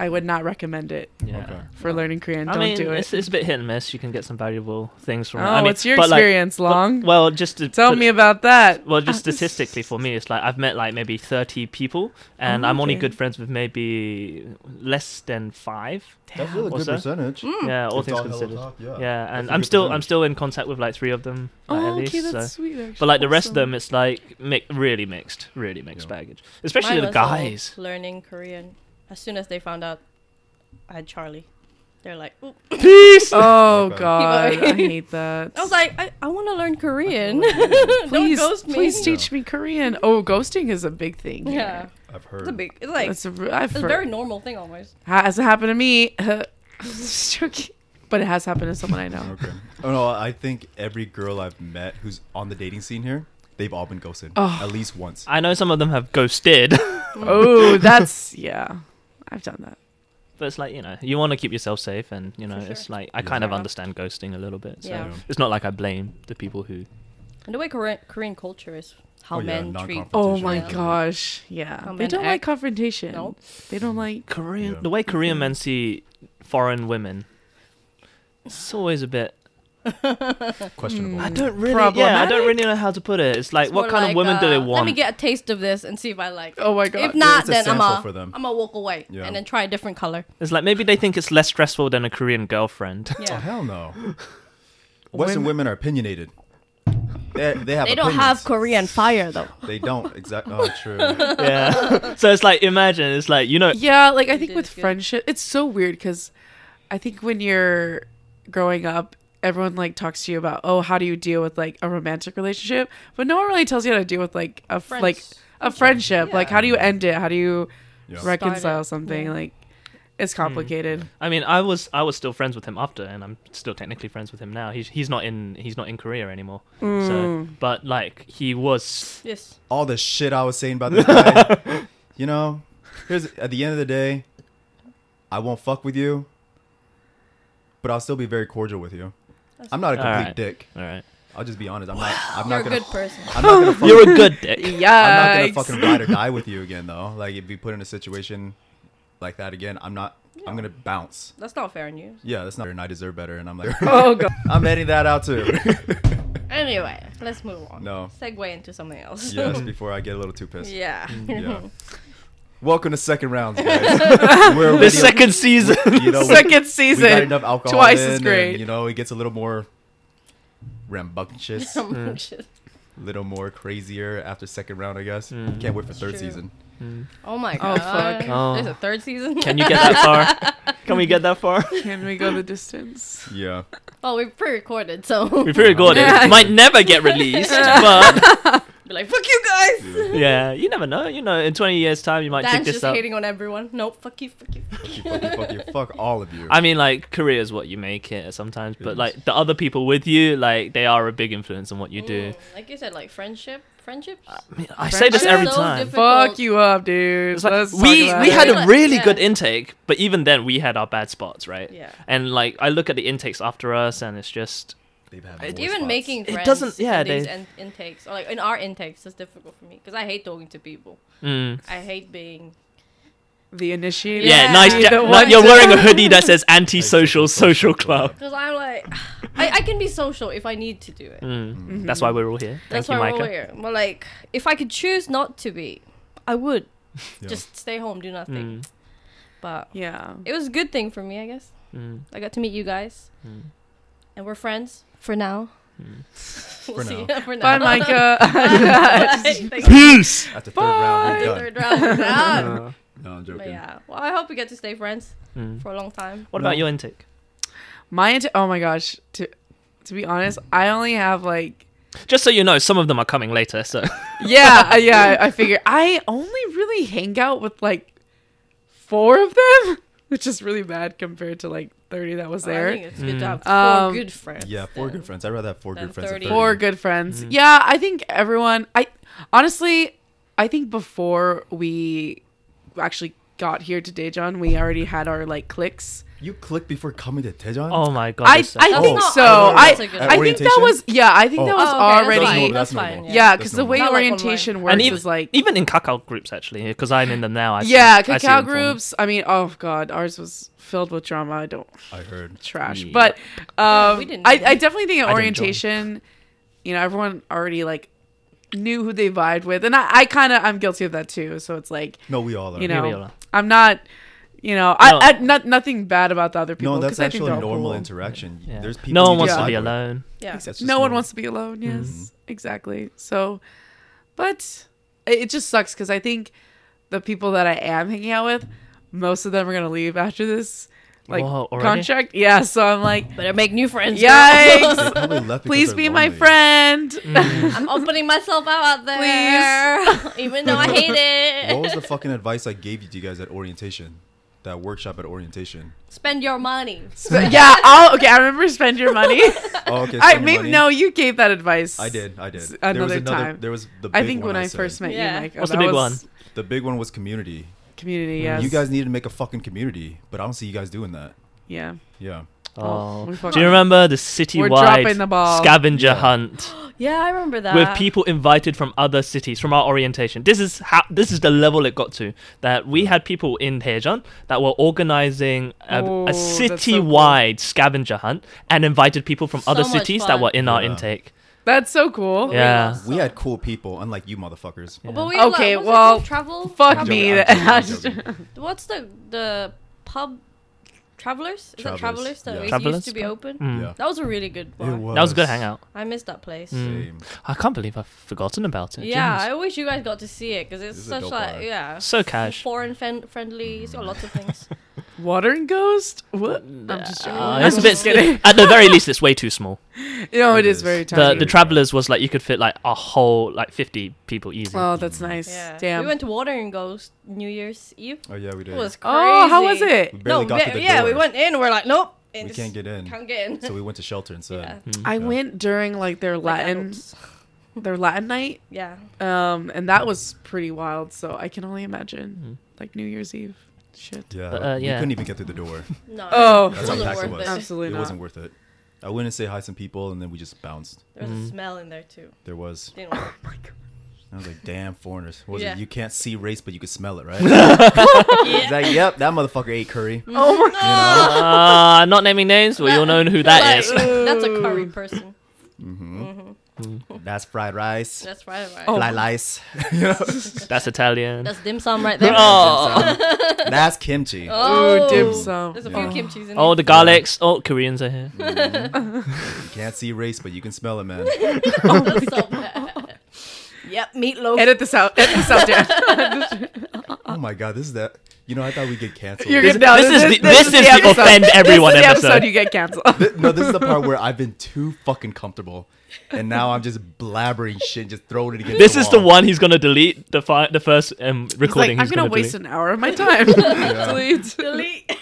Speaker 4: I would not recommend it
Speaker 3: yeah.
Speaker 2: Okay.
Speaker 4: for learning Korean.
Speaker 3: I
Speaker 4: Don't
Speaker 3: mean,
Speaker 4: do it.
Speaker 3: it's, it's a bit hit and miss. You can get some valuable things from
Speaker 4: Oh,
Speaker 3: it. I mean,
Speaker 4: what's your
Speaker 3: but, like,
Speaker 4: experience,
Speaker 3: but-
Speaker 4: Long?
Speaker 3: well, just to
Speaker 4: Tell
Speaker 3: put-
Speaker 4: me about that.
Speaker 3: Well, just statistically for me, it's like I've met like maybe 30 people, and
Speaker 4: Oh,
Speaker 3: I'm only
Speaker 4: okay.
Speaker 3: good friends with maybe less than five.
Speaker 2: That's really a good
Speaker 3: Also-
Speaker 1: Mm,
Speaker 2: percentage.
Speaker 4: Hmm.
Speaker 3: Yeah, Mm. all
Speaker 2: It's
Speaker 3: things
Speaker 2: all hello
Speaker 3: considered.
Speaker 2: talk, yeah.
Speaker 3: yeah.
Speaker 2: That's
Speaker 3: and
Speaker 2: a
Speaker 3: I'm
Speaker 2: good
Speaker 3: still I'm
Speaker 2: percentage.
Speaker 3: still in contact with like three of them like,
Speaker 4: Oh,
Speaker 3: at least.
Speaker 4: okay, that's
Speaker 3: so.
Speaker 4: sweet. Actually.
Speaker 3: But like the rest of
Speaker 4: Awesome.
Speaker 3: them, it's like mi- really mixed, really mixed
Speaker 2: Yeah.
Speaker 3: baggage,
Speaker 1: Mine
Speaker 3: especially the
Speaker 1: was all
Speaker 3: guys.
Speaker 1: learning Korean. As soon as they found out I had Charlie, they're like, Oop.
Speaker 3: Peace.
Speaker 4: Oh
Speaker 2: Okay.
Speaker 4: God,
Speaker 1: Keep
Speaker 4: I
Speaker 1: going.
Speaker 4: hate that.
Speaker 1: I was like, I, I want to learn Korean. Don't
Speaker 4: please,
Speaker 1: ghost me.
Speaker 4: please teach me Korean. Oh, ghosting is a big thing.
Speaker 1: yeah.
Speaker 4: here.
Speaker 2: I've heard.
Speaker 1: it's a big. It's like
Speaker 4: that's a, re- I've
Speaker 1: it's a
Speaker 4: heard-
Speaker 1: very normal thing almost.
Speaker 4: ha- hasn't happened to me. Just joking. But it has happened to someone I know.
Speaker 2: Okay. Oh no, I think every girl I've met who's on the dating scene here, they've all been ghosted
Speaker 4: Oh.
Speaker 2: at least once.
Speaker 3: I know some of them have ghosted,
Speaker 1: Mm.
Speaker 4: oh, that's yeah. I've done that.
Speaker 3: but it's like you know you want to keep yourself safe, and you know
Speaker 1: For
Speaker 3: it's
Speaker 1: sure.
Speaker 3: like I kind of
Speaker 1: Yeah.
Speaker 3: understand ghosting a little bit. So
Speaker 1: Yeah.
Speaker 3: it's not like I blame the people who.
Speaker 1: And the way Korean, Korean culture is, how
Speaker 2: Oh, yeah,
Speaker 1: men treat.
Speaker 2: non-confrontational.
Speaker 4: Oh
Speaker 2: Yeah.
Speaker 4: my
Speaker 1: Yeah.
Speaker 4: gosh. Yeah.
Speaker 1: Come
Speaker 4: they
Speaker 1: and
Speaker 4: don't like
Speaker 1: act-
Speaker 4: confrontation.
Speaker 1: Oh, Nope.
Speaker 4: They don't like
Speaker 3: Korean,
Speaker 2: Yeah.
Speaker 3: the way Korean men see foreign women, it's always a bit.
Speaker 2: Questionable. Oh,
Speaker 3: I don't really, yeah, I don't really know how to put it. It's like,
Speaker 1: Mm. It's
Speaker 3: what
Speaker 1: more
Speaker 3: kind
Speaker 1: like,
Speaker 3: of women do they
Speaker 1: uh,
Speaker 3: want?
Speaker 1: Let me get a taste of this and see if I like. It.
Speaker 4: Oh my god.
Speaker 1: if not,
Speaker 2: it's a
Speaker 1: then I'm
Speaker 2: sample
Speaker 1: a,
Speaker 2: for them.
Speaker 1: I'm gonna walk away
Speaker 2: Yeah.
Speaker 1: and then try a different color.
Speaker 3: It's like maybe they think it's less stressful than a Korean girlfriend.
Speaker 2: Oh
Speaker 1: Yeah.
Speaker 2: hell no. Western
Speaker 4: Women-
Speaker 2: women are opinionated. They, they have.
Speaker 1: They don't have
Speaker 2: opinions.
Speaker 1: Korean fire though.
Speaker 2: They don't exactly. Oh, true.
Speaker 3: yeah. so it's like imagine it's like you know
Speaker 4: Yeah, like I think
Speaker 1: did
Speaker 4: with
Speaker 1: good.
Speaker 4: friendship, it's so weird cuz I think when you're growing up, everyone like talks to you about, "Oh, how do you deal with like a romantic relationship?" But no one really tells you how to deal with like a f- like
Speaker 1: Friends.
Speaker 4: a friendship. Like
Speaker 1: Yeah.
Speaker 4: how do you end it? How do you
Speaker 2: Yeah.
Speaker 4: reconcile
Speaker 1: it.
Speaker 4: something?
Speaker 1: Yeah.
Speaker 4: Like it's
Speaker 3: Hmm.
Speaker 4: complicated.
Speaker 3: I mean I was I was still friends with him after and I'm still technically friends with him now. He's he's not in he's not in Korea anymore. So but like he was
Speaker 1: Yes.
Speaker 2: All the shit I was saying about this guy. you know, here's at the end of the day, I won't fuck with you, but I'll still be very cordial with you. I'm not a
Speaker 3: All
Speaker 2: complete
Speaker 3: right.
Speaker 2: dick.
Speaker 3: all right.
Speaker 2: I'll just be honest. I'm not. I'm
Speaker 1: You're
Speaker 2: not
Speaker 1: a
Speaker 2: gonna.
Speaker 1: good person.
Speaker 2: I'm not gonna. Fuck
Speaker 3: You're a good dick.
Speaker 4: Yeah.
Speaker 2: I'm not gonna fucking ride or die with you again though. Like if you put in a situation like that again, I'm not. I'm gonna bounce.
Speaker 1: That's not fair on you. Oh.
Speaker 2: Yeah, that's not. And I deserve better. And I'm like,
Speaker 4: Oh god.
Speaker 2: I'm editing that out too.
Speaker 1: Anyway. Let's move on.
Speaker 2: No.
Speaker 1: Segue into something else.
Speaker 2: Yes, Mm, before I get a little too pissed.
Speaker 1: yeah.
Speaker 2: Yeah. Welcome to second rounds, guys. We're already-
Speaker 3: The second season.
Speaker 2: you know, we-
Speaker 4: Second
Speaker 2: we, got
Speaker 4: season.
Speaker 2: enough alcohol.
Speaker 4: Twice as
Speaker 2: in,
Speaker 4: great.
Speaker 2: and, you know, it gets a little more rambunctious, a little more crazier after second round, I guess.
Speaker 3: Mm.
Speaker 2: Can't wait for third
Speaker 1: True.
Speaker 2: season.
Speaker 1: oh my
Speaker 4: Oh,
Speaker 1: god.
Speaker 4: fuck.
Speaker 3: Oh.
Speaker 1: There's a third season.
Speaker 3: Can you get that far? Can we get that far?
Speaker 4: Can we go the distance?
Speaker 2: Yeah.
Speaker 1: oh, we pre-recorded, so
Speaker 3: We pretty good.
Speaker 4: Yeah.
Speaker 3: It might never get released, but
Speaker 1: be like, fuck you guys.
Speaker 3: yeah, you never know. You know, in 20 years' time, you might
Speaker 1: Dan's
Speaker 3: pick this
Speaker 1: just
Speaker 3: up.
Speaker 1: hating on everyone. Nope, fuck you, fuck you.
Speaker 2: Fuck you, fuck you, fuck you, fuck all of you.
Speaker 3: I mean, like career is what you make it sometimes,
Speaker 2: It
Speaker 3: but
Speaker 2: is.
Speaker 3: like the other people with you, like they are a big influence on what you do. Uh,
Speaker 1: Mm, like you said, like friendship, friendships.
Speaker 3: I, mean, I say this
Speaker 1: Friendships
Speaker 3: every
Speaker 1: are so
Speaker 3: time.
Speaker 1: different. Difficult.
Speaker 4: Fuck you up, dude.
Speaker 3: It's like,
Speaker 4: Let's talk
Speaker 3: we
Speaker 4: about
Speaker 3: we
Speaker 4: it.
Speaker 3: had a really
Speaker 1: Yeah.
Speaker 3: good intake, but even then we had our bad spots, right?
Speaker 1: Yeah.
Speaker 3: And like I look at the intakes after us, and it's just
Speaker 2: They've had
Speaker 3: It-
Speaker 2: more
Speaker 1: Even
Speaker 2: spots.
Speaker 1: making
Speaker 3: It
Speaker 1: friends
Speaker 3: doesn't- yeah,
Speaker 1: in these
Speaker 3: they-
Speaker 1: in- intakes or like in our intakes is difficult for me because I hate talking to people.
Speaker 3: mm.
Speaker 1: I hate being
Speaker 4: the initiator.
Speaker 3: yeah,
Speaker 1: Yeah.
Speaker 3: nice.
Speaker 1: You
Speaker 3: Ja-
Speaker 4: don't
Speaker 3: no,
Speaker 4: want
Speaker 3: you're
Speaker 4: to-
Speaker 3: wearing a hoodie that says anti-social social club.
Speaker 1: because I'm like I, I can be social if I need to do it.
Speaker 3: Mm. That's why we're all here. Thank
Speaker 1: That's
Speaker 3: you,
Speaker 1: why
Speaker 3: Micah.
Speaker 1: we're here. But like if I could choose not to be, I would
Speaker 2: Yeah.
Speaker 1: just stay home, do nothing.
Speaker 3: Mm.
Speaker 1: But
Speaker 4: Yeah.
Speaker 1: it was a good thing for me, I guess.
Speaker 3: Mm.
Speaker 1: I got to meet you guys,
Speaker 3: Mm.
Speaker 1: and we're friends for now. We'll
Speaker 2: For
Speaker 1: see. for now.
Speaker 4: Bye, Micah.
Speaker 1: Bye. Thank you.
Speaker 3: Peace.
Speaker 2: After third round,
Speaker 4: Bye.
Speaker 2: we're
Speaker 1: The
Speaker 2: done.
Speaker 1: third round is out.
Speaker 2: No, I'm
Speaker 1: But
Speaker 2: joking.
Speaker 1: yeah, well, I hope we get to stay friends
Speaker 3: Mm.
Speaker 1: for a long time.
Speaker 3: What
Speaker 2: No.
Speaker 3: about your intake?
Speaker 4: My int- oh my gosh. To to be honest, I only have like
Speaker 3: Just so you know, some of them are coming later. So
Speaker 4: yeah, uh, yeah. I figure I only really hang out with like four of them, which is really bad compared to like thirty that was
Speaker 1: Oh, I
Speaker 4: there.
Speaker 1: think it's good to have four
Speaker 4: Um,
Speaker 1: good friends.
Speaker 2: Yeah, four
Speaker 1: then.
Speaker 2: good friends. I'd rather have four
Speaker 1: Then
Speaker 2: good friends than
Speaker 1: 30.
Speaker 2: 30.
Speaker 4: Four good friends.
Speaker 2: Mm-hmm.
Speaker 4: Yeah, I think everyone. I honestly, I think before we actually got here to Daejeon, we already had our like clicks.
Speaker 2: You clicked before coming to Tejon?
Speaker 3: oh my god.
Speaker 4: I,
Speaker 3: that's so-
Speaker 4: I
Speaker 1: That's
Speaker 4: think
Speaker 1: not-
Speaker 4: so.
Speaker 1: I
Speaker 4: I,
Speaker 1: think that's a good
Speaker 4: I think that
Speaker 2: orientation?
Speaker 4: was yeah. I think
Speaker 2: Oh.
Speaker 4: that was
Speaker 1: Oh, okay, that's
Speaker 4: already
Speaker 1: fine.
Speaker 2: normal, that's
Speaker 1: That's fine.
Speaker 2: normal.
Speaker 4: yeah.
Speaker 2: That's
Speaker 4: Because the
Speaker 2: normal.
Speaker 4: way
Speaker 1: Not like
Speaker 4: orientation
Speaker 1: online.
Speaker 4: works
Speaker 3: and even
Speaker 4: is like
Speaker 3: even in kakao groups actually, because I'm in them now. I see-
Speaker 4: yeah,
Speaker 3: I see
Speaker 4: cacao
Speaker 3: them form.
Speaker 4: groups. I mean, oh god, ours was filled with drama. I don't
Speaker 2: I heard.
Speaker 4: trash,
Speaker 3: Yeah.
Speaker 4: but um,
Speaker 1: we didn't
Speaker 4: I,
Speaker 1: know.
Speaker 4: I definitely think at
Speaker 3: I didn't join.
Speaker 4: orientation, you know, everyone already like knew who they vibed with, and I, I kind of I'm guilty of that too. So it's like
Speaker 2: No, we all are.
Speaker 4: you
Speaker 3: Yeah, we all
Speaker 4: know,
Speaker 3: are.
Speaker 4: I'm not, you know, I,
Speaker 3: No.
Speaker 4: I not nothing bad about the other people.
Speaker 2: No, that's
Speaker 4: 'cause I think
Speaker 2: actually
Speaker 4: they're all
Speaker 2: normal
Speaker 4: cool.
Speaker 2: interaction.
Speaker 3: Yeah.
Speaker 2: There's people
Speaker 3: no
Speaker 2: you
Speaker 3: one wants
Speaker 2: just
Speaker 3: to be
Speaker 2: vibe with.
Speaker 3: alone.
Speaker 1: Yeah.
Speaker 2: That's just Mm-hmm.
Speaker 4: no one
Speaker 2: normal.
Speaker 4: wants to be alone. Yes, exactly. So, but it it just sucks because I think the people that I am hanging out with, most of them are gonna leave after this like
Speaker 3: Whoa, already?
Speaker 4: contract. Yeah, so I'm like,
Speaker 1: Better make new friends. girl.
Speaker 2: They
Speaker 4: yikes!
Speaker 2: probably left because
Speaker 4: Please
Speaker 2: they're
Speaker 4: be my
Speaker 2: lonely. Mm.
Speaker 4: friend.
Speaker 1: I'm opening myself out, out there. Even though I hate it.
Speaker 2: What was the fucking advice I gave you, to you guys at orientation? That workshop at orientation.
Speaker 1: Spend your money.
Speaker 4: But yeah, I'll, okay. I remember spend your money.
Speaker 2: Oh, okay.
Speaker 4: I
Speaker 2: spend your
Speaker 4: maybe
Speaker 2: money.
Speaker 4: no, you gave that advice.
Speaker 2: I did. I did.
Speaker 4: S-
Speaker 2: there was
Speaker 4: another
Speaker 2: another.
Speaker 4: time.
Speaker 2: There was the. Big
Speaker 4: I think
Speaker 2: one
Speaker 4: when I,
Speaker 2: said.
Speaker 4: first met
Speaker 1: Yeah.
Speaker 4: you, Mike,
Speaker 3: What's the big one?
Speaker 2: The big one was community.
Speaker 4: Community. Yes.
Speaker 2: You guys need to make a fucking community, but I don't see you guys doing that.
Speaker 4: Yeah.
Speaker 2: Yeah.
Speaker 4: Oh, we
Speaker 3: Oh.
Speaker 4: fucked
Speaker 3: Do you
Speaker 4: up.
Speaker 3: remember the
Speaker 4: dropping
Speaker 3: citywide
Speaker 4: the ball. Uh,
Speaker 3: scavenger
Speaker 2: Yeah.
Speaker 3: hunt
Speaker 1: Yeah, I remember that.
Speaker 3: with people invited from other cities from our orientation? This is how this is the level it got to that we had people in Daejeon that were organizing a,
Speaker 4: Oh,
Speaker 3: a
Speaker 4: that's so cool.
Speaker 3: citywide scavenger hunt and invited people from
Speaker 1: So
Speaker 3: other
Speaker 1: much
Speaker 3: cities
Speaker 1: fun.
Speaker 3: that were in our
Speaker 2: Yeah.
Speaker 3: intake.
Speaker 4: That's so cool.
Speaker 3: Yeah.
Speaker 2: We had cool people, unlike you motherfuckers.
Speaker 1: But we
Speaker 4: Okay,
Speaker 1: like,
Speaker 4: well,
Speaker 1: travel.
Speaker 4: Fuck
Speaker 2: I'm
Speaker 1: Travel-
Speaker 2: joking,
Speaker 4: me.
Speaker 2: I'm joking, I'm joking.
Speaker 1: What's the the pub? Travelers? Is that
Speaker 2: Travelers,
Speaker 1: travelers that
Speaker 2: yeah.
Speaker 1: always
Speaker 3: Travelers
Speaker 1: used to be
Speaker 3: pub?
Speaker 1: open?
Speaker 3: Mm.
Speaker 2: Yeah.
Speaker 1: That was a really good
Speaker 2: It
Speaker 1: one.
Speaker 3: That was a good hangout.
Speaker 1: I missed that place.
Speaker 4: Mm.
Speaker 2: Same.
Speaker 3: I can't believe I've forgotten about it.
Speaker 1: Yeah,
Speaker 3: Jeez.
Speaker 1: I wish you guys got to see it because it's
Speaker 2: This is a
Speaker 1: such
Speaker 2: dope Mm.
Speaker 1: like
Speaker 2: bar.
Speaker 1: yeah,
Speaker 3: So cash.
Speaker 1: foreign fen- friendly. It's got lots of things.
Speaker 4: Water and ghost. What? I'm just joking.
Speaker 3: Uh,
Speaker 4: I'm
Speaker 3: it's a bit,
Speaker 4: just kidding.
Speaker 3: at the very least, it's way too small.
Speaker 4: No, it
Speaker 2: It
Speaker 4: is
Speaker 2: is.
Speaker 4: very
Speaker 2: The-
Speaker 3: The
Speaker 4: tiny.
Speaker 3: the travelers was like you could fit like a whole like fifty people easy.
Speaker 4: oh, that's nice.
Speaker 1: yeah,
Speaker 4: Damn.
Speaker 1: we went to Water and Ghost New Year's Eve.
Speaker 2: Oh yeah, we
Speaker 1: It
Speaker 2: did.
Speaker 1: was crazy.
Speaker 4: oh, how was it?
Speaker 2: we barely
Speaker 1: no,
Speaker 2: got
Speaker 1: ve-
Speaker 2: to the
Speaker 1: yeah, we
Speaker 2: door.
Speaker 1: went in. We're like, nope, and
Speaker 2: We
Speaker 1: just
Speaker 2: can't get in,
Speaker 1: Can't get in.
Speaker 2: so we went to shelter instead.
Speaker 4: I
Speaker 2: Yeah.
Speaker 4: went during like their
Speaker 1: Like
Speaker 4: uh, Latin,
Speaker 1: adults.
Speaker 4: their Latin night,
Speaker 1: Yeah,
Speaker 4: um, and that was pretty wild. So I can only imagine, like New Year's Eve, shit.
Speaker 2: Yeah,
Speaker 3: But, uh,
Speaker 2: we
Speaker 3: yeah.
Speaker 2: couldn't even get through the door.
Speaker 1: no.
Speaker 4: Oh.
Speaker 1: it
Speaker 2: That's how
Speaker 1: wasn't
Speaker 2: packed it
Speaker 1: worth
Speaker 2: was.
Speaker 1: it.
Speaker 4: Absolutely
Speaker 2: it
Speaker 4: not.
Speaker 2: wasn't worth it. I went and say hi to some people, and then we just bounced.
Speaker 1: There was
Speaker 4: Mm.
Speaker 1: a smell in there too.
Speaker 2: There was.
Speaker 1: Didn't work.
Speaker 2: I was like, damn foreigners. What was
Speaker 1: Yeah.
Speaker 2: it? You can't see race, but you can smell it, right? It's like, yep, that motherfucker ate curry.
Speaker 4: Oh my!
Speaker 3: Ah, Uh, not naming names, but you'll know who that is.
Speaker 2: Mm-hmm.
Speaker 1: Like, That's a curry person.
Speaker 2: That's fried rice.
Speaker 1: That's right, right.
Speaker 4: Mm-hmm. Oh.
Speaker 2: Fly lice. You know?
Speaker 3: That's Italian. Oh,
Speaker 1: That's dim sum right there.
Speaker 4: Oh.
Speaker 2: That's kimchi.
Speaker 4: Ooh,
Speaker 1: Oh,
Speaker 4: dim sum.
Speaker 1: There's a few kimchi's in
Speaker 3: oh,
Speaker 1: there.
Speaker 3: the garlics. Oh, Koreans are here.
Speaker 2: You can't see race, but you can smell it, man.
Speaker 1: That's Oh, so bad. Yep, meatloaf.
Speaker 4: Edit this out. Edit this out, Dan.
Speaker 2: Oh my god, this is that. You know, I thought we'd get canceled.
Speaker 4: You're
Speaker 3: This,
Speaker 4: No,
Speaker 3: this is
Speaker 4: this-
Speaker 3: the,
Speaker 4: this
Speaker 3: this,
Speaker 4: is
Speaker 3: is
Speaker 4: the
Speaker 3: the
Speaker 4: episode.
Speaker 3: offend everyone
Speaker 4: this is the
Speaker 3: episode.
Speaker 4: episode you get canceled.
Speaker 2: Th- no, this is the part where I've been too fucking comfortable, and now I'm just blabbering shit, just throwing it against.
Speaker 3: This is the
Speaker 2: wall.
Speaker 3: one he's gonna delete the fi- the first um,
Speaker 4: He's like,
Speaker 3: recording.
Speaker 4: I'm
Speaker 3: He's,
Speaker 4: gonna waste
Speaker 3: delete.
Speaker 4: an hour of my time. Delete.
Speaker 1: Delete.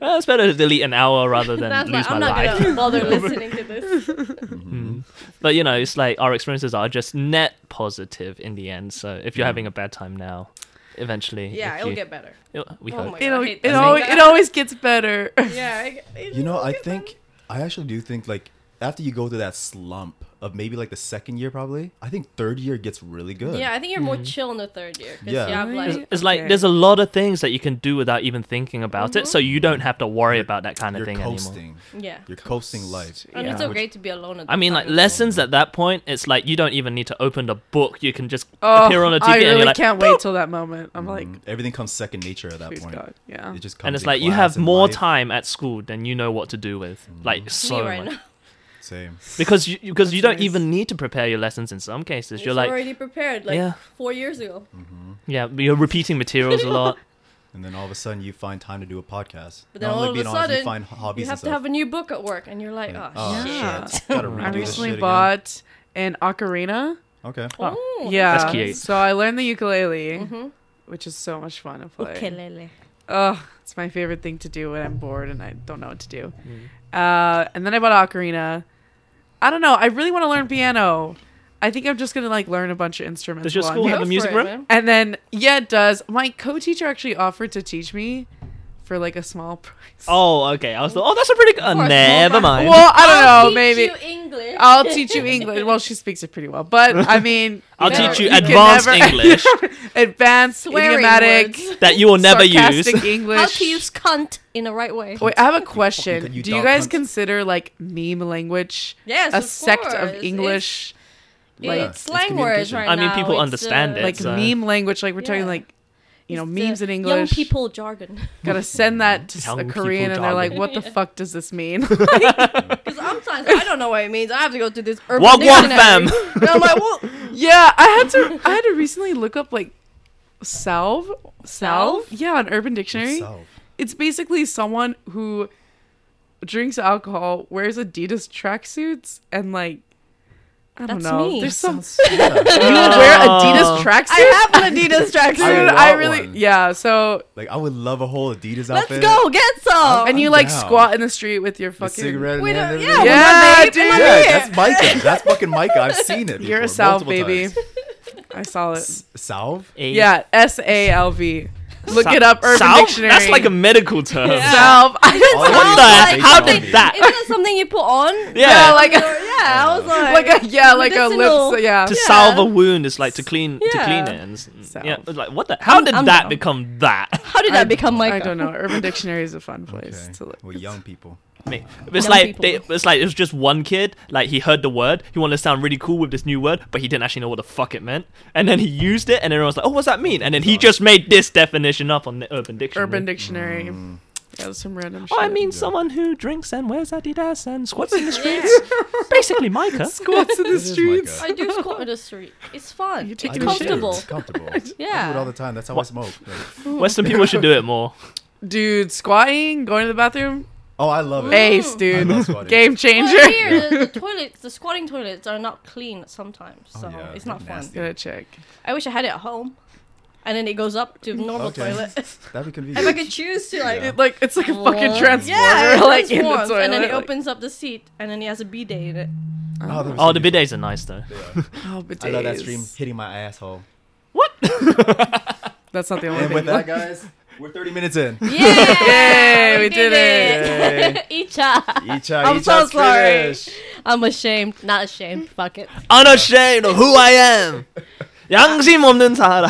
Speaker 3: Well, it's better to delete an hour rather than
Speaker 1: That's why
Speaker 3: lose
Speaker 1: I'm
Speaker 3: my
Speaker 1: not
Speaker 3: life. Hmm.
Speaker 1: gonna bother listening to this.
Speaker 3: But you know, it's like our experiences are just net positive in the end. So if you're having
Speaker 4: Hmm.
Speaker 3: a bad time now, eventually,
Speaker 1: Yeah,
Speaker 3: if
Speaker 1: it'll
Speaker 3: you-
Speaker 1: get better.
Speaker 3: it'll- we
Speaker 1: Oh
Speaker 3: hope.
Speaker 1: my
Speaker 4: You know,
Speaker 1: I hate
Speaker 4: it,
Speaker 1: that. uh,
Speaker 4: always, it always gets better.
Speaker 1: Yeah. I- it-
Speaker 2: You know,
Speaker 1: it'll
Speaker 2: I
Speaker 1: get better.
Speaker 2: think I actually do think like after you go through that slump of maybe like the second year, probably I think third year gets really good. Mm-hmm.
Speaker 1: Yeah, I think you're more chill in the third year because
Speaker 2: Yeah.
Speaker 1: you have
Speaker 4: Really?
Speaker 1: like
Speaker 3: It's like
Speaker 4: Okay. Mm-hmm.
Speaker 3: there's a lot of things that you can do without even thinking about it, so you don't have to worry about that kind of
Speaker 2: you're
Speaker 3: thing
Speaker 2: coasting.
Speaker 3: anymore.
Speaker 1: yeah.
Speaker 2: You're coasting life.
Speaker 1: And it's
Speaker 3: Yeah.
Speaker 1: so great to be alone. At
Speaker 3: I
Speaker 1: the
Speaker 3: mean, like
Speaker 1: time.
Speaker 3: lessons at that point, it's like you don't even need to open the book. You can just
Speaker 4: Oh,
Speaker 3: appear on a TV
Speaker 4: I
Speaker 3: and
Speaker 4: really
Speaker 3: you're like,
Speaker 4: can't wait till that moment. I'm like,
Speaker 2: Mhm. everything comes second nature at that
Speaker 4: please
Speaker 2: point.
Speaker 4: God, yeah.
Speaker 2: It just comes
Speaker 3: and it's
Speaker 2: in
Speaker 3: like you
Speaker 2: class
Speaker 3: have
Speaker 2: and
Speaker 3: more
Speaker 2: life. Mm.
Speaker 3: time at school than you know what to do with. Like
Speaker 1: Me
Speaker 3: so
Speaker 1: right
Speaker 3: much.
Speaker 1: now.
Speaker 2: Same.
Speaker 3: because you because you
Speaker 4: That's
Speaker 3: don't
Speaker 4: nice.
Speaker 3: even need to prepare your lessons in some cases.
Speaker 1: It's
Speaker 3: You're like
Speaker 1: already prepared, like
Speaker 3: Yeah.
Speaker 1: four years ago.
Speaker 3: yeah, you're repeating materials a lot.
Speaker 2: And then all of a sudden, you find time to do a podcast.
Speaker 1: But then
Speaker 2: Not
Speaker 1: all
Speaker 2: only
Speaker 1: of a
Speaker 2: being honest,
Speaker 1: sudden,
Speaker 2: you find hobbies
Speaker 1: You have
Speaker 2: and
Speaker 1: to
Speaker 2: stuff.
Speaker 1: have a new book at work, and you're like, oh,
Speaker 2: oh
Speaker 1: shit.
Speaker 4: Yeah.
Speaker 2: shit! Gotta redo
Speaker 4: I
Speaker 2: this
Speaker 4: recently
Speaker 2: shit again.
Speaker 4: bought an ocarina.
Speaker 2: Okay.
Speaker 3: Oh,
Speaker 1: Oh,
Speaker 4: Yeah.
Speaker 3: That's cute.
Speaker 4: So I learned the ukulele,
Speaker 1: Mhm.
Speaker 4: which is so much fun to play.
Speaker 1: Ukulele.
Speaker 4: Ugh, it's my favorite thing to do when I'm bored and I don't know what to do.
Speaker 3: Mm.
Speaker 4: Uh, and then I bought ocarina. I don't know. I really want to learn piano. I think I'm just gonna like learn a bunch of instruments.
Speaker 3: Does your
Speaker 4: while I'm
Speaker 3: school have
Speaker 4: here.
Speaker 1: Go
Speaker 3: a
Speaker 1: for
Speaker 3: music
Speaker 1: it,
Speaker 3: room?
Speaker 1: man.
Speaker 4: And then yeah, it does. My co-teacher actually offered to teach me for like a small price.
Speaker 3: Oh, okay. I was like, oh, that's a pretty good.
Speaker 1: course,
Speaker 3: never
Speaker 1: well,
Speaker 3: mind.
Speaker 4: Well, I don't
Speaker 1: I'll
Speaker 4: know.
Speaker 1: teach
Speaker 4: maybe
Speaker 1: you English.
Speaker 4: I'll teach you English. Well, she speaks it pretty well, but I mean,
Speaker 3: I'll
Speaker 1: never-
Speaker 3: teach you
Speaker 1: you can
Speaker 3: advanced
Speaker 4: never-
Speaker 3: English
Speaker 4: advanced
Speaker 1: Swearing
Speaker 4: idiomatic,
Speaker 1: words.
Speaker 3: that you will never use.
Speaker 4: sarcastic English.
Speaker 1: How to use cunt in the right way.
Speaker 4: Wait, I have a question.
Speaker 2: Fucking you
Speaker 4: Do you
Speaker 2: dog
Speaker 4: guys
Speaker 2: cunt.
Speaker 4: consider like meme language
Speaker 1: Yes,
Speaker 4: a
Speaker 1: of
Speaker 4: sect
Speaker 1: course.
Speaker 4: of English?
Speaker 1: It's,
Speaker 4: like-
Speaker 1: it's
Speaker 2: It's
Speaker 1: slang words
Speaker 2: communication.
Speaker 1: right
Speaker 3: I mean,
Speaker 1: now.
Speaker 3: people
Speaker 1: It's,
Speaker 3: understand
Speaker 1: uh,
Speaker 3: it.
Speaker 4: like
Speaker 3: it's, uh,
Speaker 4: meme language, like we're
Speaker 1: yeah.
Speaker 4: talking like you know
Speaker 1: it's
Speaker 4: memes
Speaker 1: the
Speaker 4: in
Speaker 1: Young
Speaker 4: English.
Speaker 1: people jargon.
Speaker 4: Gotta send that to
Speaker 3: Young
Speaker 4: a
Speaker 3: people
Speaker 4: Korean, and they're like,
Speaker 3: jargon.
Speaker 4: "What the fuck does this mean?"
Speaker 1: Because sometimes I don't know what it means. I have to go to this urban
Speaker 3: Wagwan
Speaker 1: dictionary.
Speaker 3: fam.
Speaker 1: And I'm like, well,
Speaker 4: yeah, I had to. I had to recently look up like salve, salve. Yeah, on Urban Dictionary.
Speaker 2: Yourself.
Speaker 4: It's basically someone who drinks alcohol, wears Adidas tracksuits, and like I don't
Speaker 1: That's
Speaker 4: know.
Speaker 1: me.
Speaker 4: There's some
Speaker 2: Yeah.
Speaker 4: you wear Adidas tracksuits.
Speaker 1: I have an Adidas tracksuit.
Speaker 2: I
Speaker 4: Dude,
Speaker 2: want
Speaker 4: I really
Speaker 2: one.
Speaker 4: yeah. So
Speaker 2: like I would love a whole Adidas
Speaker 1: Let's
Speaker 2: outfit.
Speaker 1: go get some.
Speaker 4: and you
Speaker 2: I'm
Speaker 4: like
Speaker 2: down.
Speaker 4: squat in the street with your
Speaker 2: With
Speaker 4: fucking
Speaker 2: cigarette in
Speaker 1: We
Speaker 2: hand
Speaker 1: don't-
Speaker 2: and everything.
Speaker 1: yeah, with my babe
Speaker 4: Yeah, dude.
Speaker 1: and my
Speaker 2: Yeah,
Speaker 1: man.
Speaker 2: that's Micah. That's fucking Micah. I've seen it.
Speaker 4: You're
Speaker 2: before,
Speaker 4: a salve,
Speaker 2: multiple
Speaker 4: baby.
Speaker 2: times.
Speaker 4: I saw it.
Speaker 2: S- Salve?
Speaker 3: a-
Speaker 4: e- Yeah, S A L V. Look
Speaker 3: Sa-
Speaker 4: it up, Urban
Speaker 3: salve?
Speaker 4: Dictionary.
Speaker 3: That's like a medical term.
Speaker 1: Yeah.
Speaker 4: salve. I
Speaker 2: All
Speaker 4: just
Speaker 2: of
Speaker 3: What
Speaker 2: you
Speaker 3: the?
Speaker 2: guys
Speaker 3: How
Speaker 2: hate
Speaker 3: did
Speaker 2: me.
Speaker 3: that?
Speaker 1: Isn't that something you put on?
Speaker 3: Yeah.
Speaker 4: yeah,
Speaker 1: Like,
Speaker 4: like a,
Speaker 1: yeah, I was like,
Speaker 4: like a yeah, like a
Speaker 1: medicinal.
Speaker 4: lips. Yeah,
Speaker 3: To
Speaker 1: Oh, Yeah.
Speaker 3: salve a wound is like to clean to
Speaker 1: Yeah.
Speaker 3: clean it. And, s-
Speaker 4: Salve.
Speaker 3: yeah, it's like what the? How
Speaker 1: I'm-
Speaker 3: did
Speaker 1: I'm
Speaker 3: that
Speaker 1: down.
Speaker 3: become that?
Speaker 1: How did that become Micah?
Speaker 4: I don't know. Urban Dictionary is a fun place
Speaker 2: Okay.
Speaker 4: to look.
Speaker 2: Well, young people.
Speaker 3: Me. It's
Speaker 1: Young
Speaker 3: like they,
Speaker 1: people.
Speaker 3: it's like it was just one kid. Like he heard the word, he wanted to sound really cool with this new word, but he didn't actually know what the fuck it meant. And then he used it, and everyone was like, "Oh, what's that mean?" And then he just made this definition up on the Urban Dictionary.
Speaker 4: Urban Dictionary. Yeah, there's some random.
Speaker 3: Oh,
Speaker 4: shit.
Speaker 3: I mean, someone who drinks and wears Adidas and squats in the streets. Basically, Micah.
Speaker 4: squats in the
Speaker 2: This is
Speaker 4: streets.
Speaker 2: Micah.
Speaker 1: I do squat in the street. It's fun.
Speaker 4: You
Speaker 1: It's
Speaker 4: take
Speaker 2: I
Speaker 4: your
Speaker 2: do shit.
Speaker 1: comfortable.
Speaker 2: It's comfortable. I do it all
Speaker 1: Yeah.
Speaker 2: the time. That's how I
Speaker 3: What?
Speaker 2: smoke. Like,
Speaker 3: Western people should do it more.
Speaker 4: Dude, squatting, going to the bathroom,
Speaker 2: oh, I love it.
Speaker 4: ace,
Speaker 2: I
Speaker 4: dude.
Speaker 2: love squatting.
Speaker 4: Game changer.
Speaker 1: Well, here, the, the toilets, the squatting toilets are not clean sometimes, so
Speaker 2: Oh, yeah,
Speaker 1: it's not fun.
Speaker 2: nasty.
Speaker 4: Gonna check.
Speaker 1: I wish I had it at home, and then it goes up to normal
Speaker 2: Okay.
Speaker 1: toilet. if
Speaker 2: That'd be
Speaker 1: I
Speaker 2: convenient.
Speaker 1: could choose to like.
Speaker 2: Yeah.
Speaker 4: It, like it's like a fucking
Speaker 1: Whoa.
Speaker 4: transformer,
Speaker 1: Yeah, it
Speaker 4: like in the
Speaker 1: transforms,
Speaker 4: toilet.
Speaker 1: and then it
Speaker 4: like-
Speaker 1: opens up the seat, and then it has a bidet in it.
Speaker 2: Oh, that'd be
Speaker 3: Oh,
Speaker 2: so
Speaker 3: the
Speaker 2: beautiful.
Speaker 3: bidets are nice though.
Speaker 4: Oh,
Speaker 2: I love that
Speaker 4: bidets.
Speaker 2: stream hitting my asshole.
Speaker 3: What?
Speaker 4: That's not the only
Speaker 2: And
Speaker 4: thing.
Speaker 2: with that, guys, we're 30 minutes in.
Speaker 1: Yeah,
Speaker 4: Yay, we did
Speaker 2: it.
Speaker 1: Icha,
Speaker 2: Each
Speaker 1: I'm so sorry. I'm ashamed. Not ashamed. Fuck it.
Speaker 3: Unashamed of who I am. 양심 없는 사람.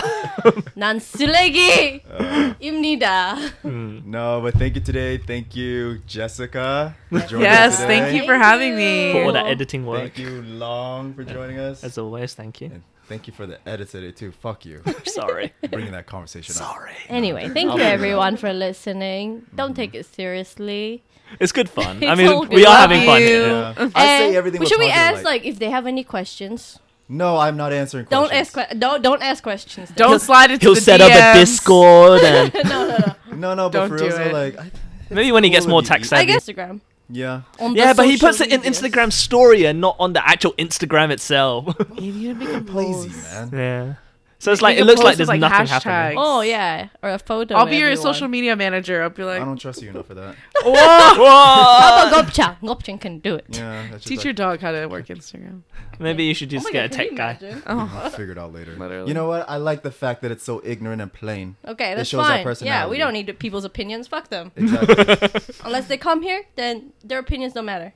Speaker 1: 난 쓰레기
Speaker 2: Uh.
Speaker 1: 입니다.
Speaker 2: No, but thank you today. Thank you, Jessica. For joining
Speaker 4: Yes,
Speaker 2: us
Speaker 4: thank you
Speaker 2: today.
Speaker 4: for having me.
Speaker 3: For all that
Speaker 1: Cool.
Speaker 3: editing work.
Speaker 2: Thank you, Long, for joining us.
Speaker 3: As always, thank you.
Speaker 2: and thank you for the edit today too. Fuck you,
Speaker 3: Sorry.
Speaker 2: bringing that conversation up.
Speaker 3: Sorry.
Speaker 1: Anyway, thank you everyone for listening. Don't take it seriously.
Speaker 3: It's good fun. I
Speaker 1: It's all
Speaker 3: mean,
Speaker 1: good.
Speaker 3: we are
Speaker 4: Love
Speaker 3: having fun.
Speaker 4: you.
Speaker 3: here.
Speaker 2: Yeah. I say
Speaker 1: And
Speaker 2: everything.
Speaker 1: Should
Speaker 2: we're
Speaker 1: we
Speaker 2: talking
Speaker 1: ask
Speaker 2: like,
Speaker 1: like if they have any questions?
Speaker 2: No, I'm not answering.
Speaker 1: Don't
Speaker 2: questions.
Speaker 1: ask. Que- don't don't ask questions. then.
Speaker 4: Don't slide into
Speaker 3: He'll
Speaker 4: the
Speaker 3: set up a
Speaker 4: DMs.
Speaker 3: Discord and
Speaker 1: no no no.
Speaker 2: No, no, but
Speaker 4: Don't
Speaker 2: for
Speaker 4: do
Speaker 2: real, though,
Speaker 4: it.
Speaker 2: like, I,
Speaker 3: maybe when he gets
Speaker 2: Cool
Speaker 3: more
Speaker 2: of you.
Speaker 3: tech
Speaker 1: I
Speaker 3: savvy.
Speaker 1: guess Instagram.
Speaker 2: yeah,
Speaker 1: On the
Speaker 3: Yeah, but he
Speaker 1: social
Speaker 3: puts it in
Speaker 1: medias.
Speaker 3: Instagram story and not on the actual Instagram itself.
Speaker 4: You need to make a
Speaker 2: lazy
Speaker 4: post.
Speaker 2: man.
Speaker 3: yeah. So it's like
Speaker 4: Make a
Speaker 3: it looks like
Speaker 4: post
Speaker 3: there's
Speaker 4: with, like,
Speaker 3: nothing
Speaker 4: hashtags.
Speaker 3: happening.
Speaker 1: Oh yeah, or a photo.
Speaker 4: I'll be your
Speaker 1: everyone.
Speaker 4: social media manager. I'll be
Speaker 2: I
Speaker 4: like,
Speaker 2: don't trust you enough for that.
Speaker 4: whoa.
Speaker 3: Whoa!
Speaker 1: How about Gopchang? Gopchang can do it.
Speaker 2: Yeah, that's just
Speaker 4: Teach your dog how to work Instagram.
Speaker 3: Maybe you should
Speaker 1: Oh
Speaker 3: just
Speaker 1: my
Speaker 3: get a
Speaker 1: God, can
Speaker 3: tech
Speaker 1: you
Speaker 3: guy.
Speaker 1: imagine?
Speaker 4: Oh.
Speaker 2: I'll figure it out later.
Speaker 4: Literally.
Speaker 2: You know what? I like the fact that it's so ignorant and plain.
Speaker 1: Okay,
Speaker 2: It
Speaker 1: that's
Speaker 2: shows our
Speaker 1: fine. Yeah, we
Speaker 2: personality.
Speaker 1: don't need people's opinions. Fuck them.
Speaker 2: Exactly.
Speaker 1: Unless they come here, then their opinions don't matter.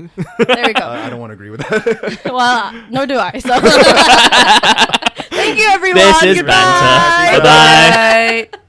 Speaker 1: there we
Speaker 2: I, I
Speaker 1: go.
Speaker 2: don't want to agree with that.
Speaker 1: well, nor do I. So. Thank you, everyone.
Speaker 3: This is
Speaker 1: Goodbye.
Speaker 3: banter. Bye
Speaker 4: Bye.